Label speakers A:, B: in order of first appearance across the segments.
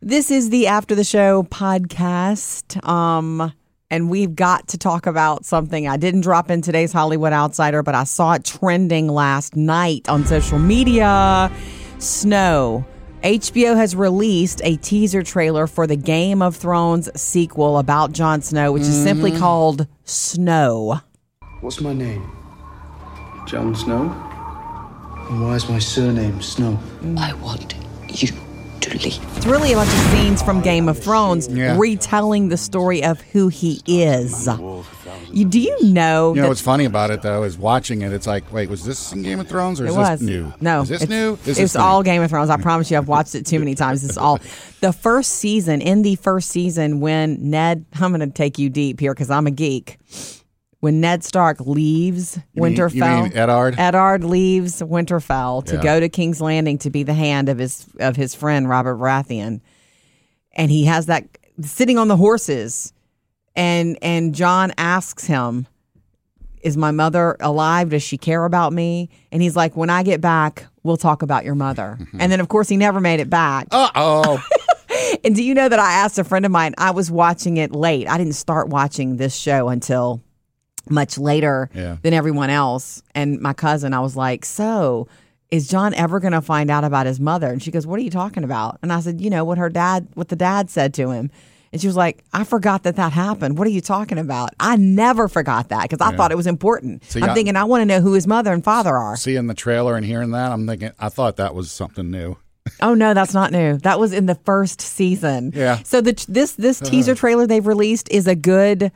A: This is the After the Show podcast. Um, and we've got to talk about something. I didn't drop in today's Hollywood Outsider, but I saw it trending last night on social media. Snow. HBO has released a teaser trailer for the Game of Thrones sequel about Jon Snow, which is simply called Snow.
B: What's my name?
C: Jon Snow?
B: And why is my surname Snow?
D: I want you to leave.
A: It's really a bunch of scenes from Game of Thrones retelling the story of who he is. You, do you know?
E: You know
A: that-
E: what's funny about it though is watching it. It's like, wait, was this in Game of Thrones or
A: it
E: is
A: was
E: this new?
A: No,
E: is this
A: it's,
E: new? This
A: it's
E: is new.
A: all Game of Thrones. I promise you, I've watched it too many times. It's all the first season. In the first season, when Ned, I'm going to take you deep here because I'm a geek. When Ned Stark leaves
E: mean- you
A: Winterfell,
E: mean Eddard?
A: Eddard leaves Winterfell to
E: Yeah.
A: go to King's Landing to be the hand of his of his friend Robert Baratheon, and he has that sitting on the horses, and and John asks him, "Is my mother alive? Does she care about me?" And he's like, "When I get back, we'll talk about your mother." and then of course he never made it back.
E: Uh oh.
A: And do you know that I asked a friend of mine? I was watching it late. I didn't start watching this show until much later
E: Yeah.
A: than everyone else. And my cousin, I was like, So is John ever going to find out about his mother? And she goes, What are you talking about? And I said, You know, what her dad, what the dad said to him. And she was like, I forgot that that happened. What are you talking about? I never forgot that because I thought it was important.
E: So,
A: I'm
E: yeah.
A: thinking, I want to know who his mother and father are.
E: Seeing the trailer and hearing that, I'm thinking, I thought that was something new.
A: Oh no, that's not new. That was in the first season.
E: Yeah. Uh-huh.
A: So the this this teaser trailer they've released is a good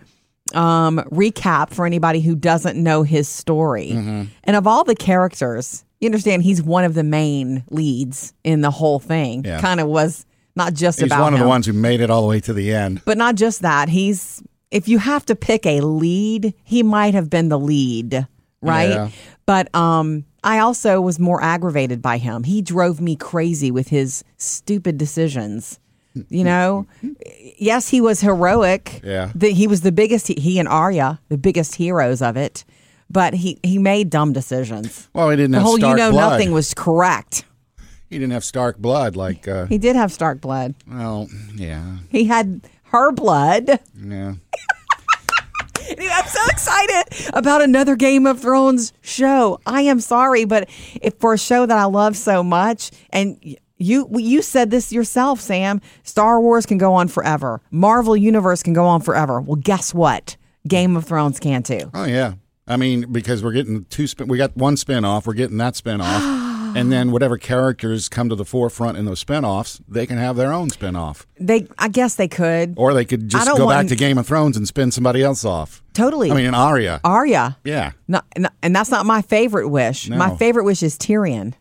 A: um, recap for anybody who doesn't know his story.
E: Mm-hmm.
A: And of all the characters, you understand he's one of the main leads in the whole thing.
E: Yeah.
A: Kind of was not just
E: He's
A: about
E: one of
A: him.
E: the ones who made it all the way to the end.
A: But not just that. He's if you have to pick a lead, he might have been the lead, right?
E: Yeah.
A: But um I also was more aggravated by him. He drove me crazy with his stupid decisions. You know, yes, he was heroic.
E: Yeah.
A: The- he was the biggest. He and Arya, the biggest heroes of it. But he he made dumb decisions.
E: Well, he didn't
A: The
E: have
A: whole you
E: Stark
A: know
E: blood.
A: nothing was correct.
E: He didn't have Stark blood. Like, uh,
A: He did have Stark blood.
E: well, yeah,
A: He had her blood.
E: yeah.
A: Dude, I'm so excited about another Game of Thrones show. I am sorry, but if for a show that I love so much, and y- you well, you said this yourself, Sam, Star Wars can go on forever. Marvel Universe can go on forever. Well, guess what? Game of Thrones can too.
E: Oh yeah. I mean, because we're getting two spin. We got one spin off. We're getting that spin off, and then whatever characters come to the forefront in those spin offs, they can have their own spin off,
A: They, I guess they could.
E: or they could
A: I
E: just
A: don't
E: go
A: want-
E: back to Game of Thrones and spin somebody else off.
A: Totally.
E: I mean, an Arya.
A: Arya.
E: yeah.
A: No, no, and that's not my favorite wish. My
E: No.
A: favorite wish is Tyrion.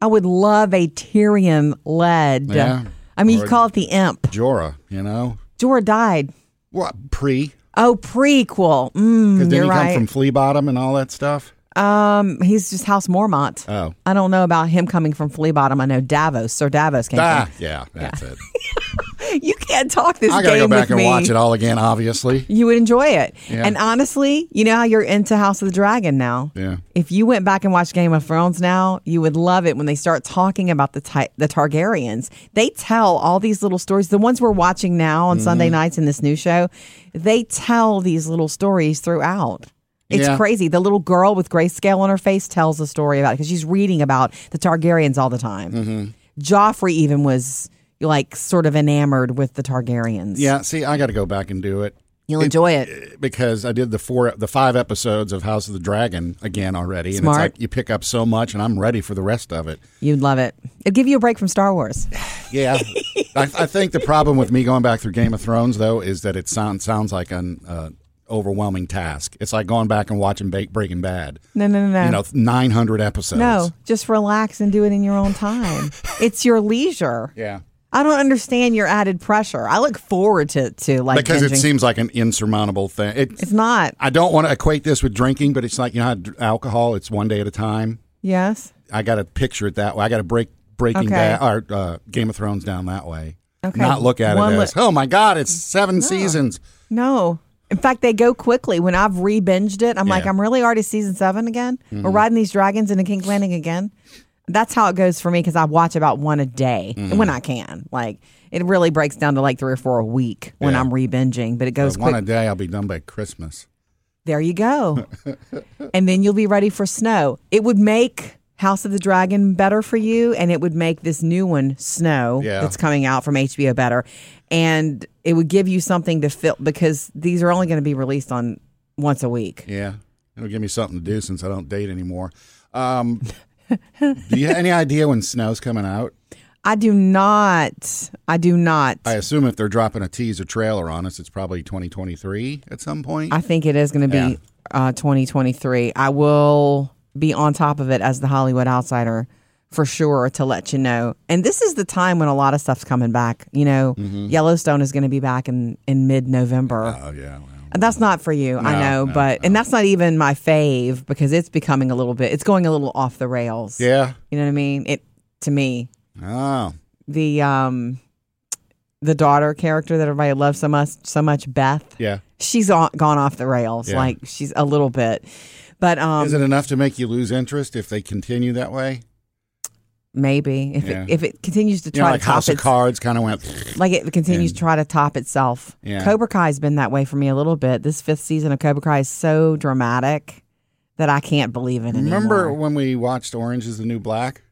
A: I would love a Tyrion led.
E: Yeah.
A: I mean, you
E: Or-
A: call it the imp.
E: Jorah, you know?
A: Jorah died.
E: What, pre?
A: Oh, prequel. Mm,
E: Because then
A: you're
E: you
A: right.
E: come from Flea Bottom and all that stuff.
A: um, he's just House Mormont.
E: Oh.
A: I don't know about him coming from Flea Bottom. I know Davos, Sir Davos came.
E: Ah, yeah, that's it.
A: From. You can't talk this
E: I got to
A: game
E: go back
A: with
E: and
A: me.
E: watch it all again, obviously.
A: You would enjoy it.
E: Yeah.
A: And honestly, you know how you're into House of the Dragon now.
E: Yeah.
A: If you went back and watched Game of Thrones now, you would love it when they start talking about the Ti- the Targaryens. They tell all these little stories. The ones we're watching now on
E: Mm-hmm.
A: Sunday nights in this new show, they tell these little stories throughout. It's
E: Yeah.
A: crazy. The little girl with grayscale on her face tells a story about it because she's reading about the Targaryens all the time.
E: Mm-hmm.
A: Joffrey even was like sort of enamored with the Targaryens.
E: Yeah, see, I got to go back and do it eh,
A: You'll enjoy it.
E: because I did the four, the five episodes of House of the Dragon again already, and
A: Smart.
E: it's like you pick up so much, and I'm ready for the rest of it.
A: You'd love it. It'd give you a break from Star Wars.
E: Yeah, I, I think the problem with me going back through Game of Thrones though is that it sound, sounds like an uh, overwhelming task. It's like going back and watching ba- Breaking Bad.
A: No, no, no, no.
E: You know, 900 episodes.
A: no, just relax and do it in your own time. it's your leisure.
E: Yeah.
A: I don't understand your added pressure. I look forward to to like
E: Because it
A: binging.
E: seems like an insurmountable thing. It,
A: it's not.
E: I don't want to equate this with drinking, but it's like you know, how dr- alcohol. It's one day at a time.
A: Yes.
E: I got to picture it that way. I got to break Breaking
A: Okay.
E: Bad or uh, Game of Thrones down that way.
A: Okay.
E: Not look at
A: One
E: it
A: li-
E: as oh my god, it's seven seasons.
A: No. In fact, they go quickly. When I've re binged it, I'm like,
E: Yeah. Mm-hmm.
A: I'm really already season seven again. We're riding these dragons into King's Landing again. that's how it goes for me because I watch about one a day
E: Mm-hmm.
A: when I can. Like it really breaks down to like three or four a week when
E: Yeah.
A: I'm re-binging, but it goes
E: One
A: quick.
E: a day, I'll be done by Christmas.
A: There you go. and then you'll be ready for snow. It would make House of the Dragon better for you, and it would make this new one, Snow,
E: Yeah.
A: that's coming out from HBO better. And it would give you something to fill because these are only going to be released on once a week.
E: Yeah, it'll give me something to do since I don't date anymore. Um, do you have any idea when snow's coming out?
A: I do not. I do not.
E: I
A: I,
E: assume if they're dropping a teaser trailer on us, it's probably 2023 at some point.
A: think it is going to be
E: Yeah.
A: uh, 2023. I will be on top of it as the Hollywood Outsider for sure to let you know. And this is the time when a lot of stuff's coming back. You know,
E: Mm-hmm.
A: Yellowstone is going to be back in, in mid November.
E: oh yeah, well,
A: And that's not for you, I
E: No,
A: know,
E: no,
A: but and that's not even my fave because it's becoming a little bit. It's going a little off the rails.
E: yeah.
A: you know what I mean. It to me
E: Oh,
A: the um the daughter character that everybody loves so much, so much Beth.
E: yeah.
A: She's on, gone off the rails.
E: Yeah.
A: Like she's a little bit, but um
E: Is it enough to make you lose interest if they continue that way?
A: maybe if
E: Yeah.
A: it, if it continues to
E: You know,
A: try
E: like
A: to top
E: House of
A: its,
E: Cards kind of went.
A: like it continues
E: and-
A: to try to top itself.
E: Yeah.
A: Cobra Kai's been that way for me a little bit. This fifth season of Cobra Kai is so dramatic that I can't believe it anymore.
E: Remember when we watched Orange is the New Black?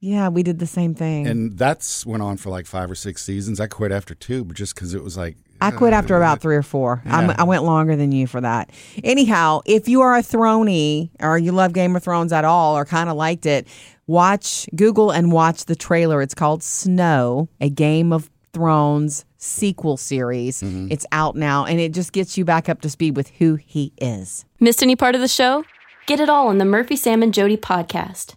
A: Yeah, we did the same thing.
E: And that's went on for like five or six seasons. I quit after two, but just because it was like
A: I quit after about three or four. I'm-
E: Yeah.
A: I went longer than you for that. Anyhow, if you are a Throny or you love Game of Thrones at all or kind of liked it, watch Google and watch the trailer. It's called Snow, a Game of Thrones sequel series. It's out now and it just gets you back up to speed with who he is.
F: Missed any part of the show? Get it all on the Murphy, Sam, and Jody podcast.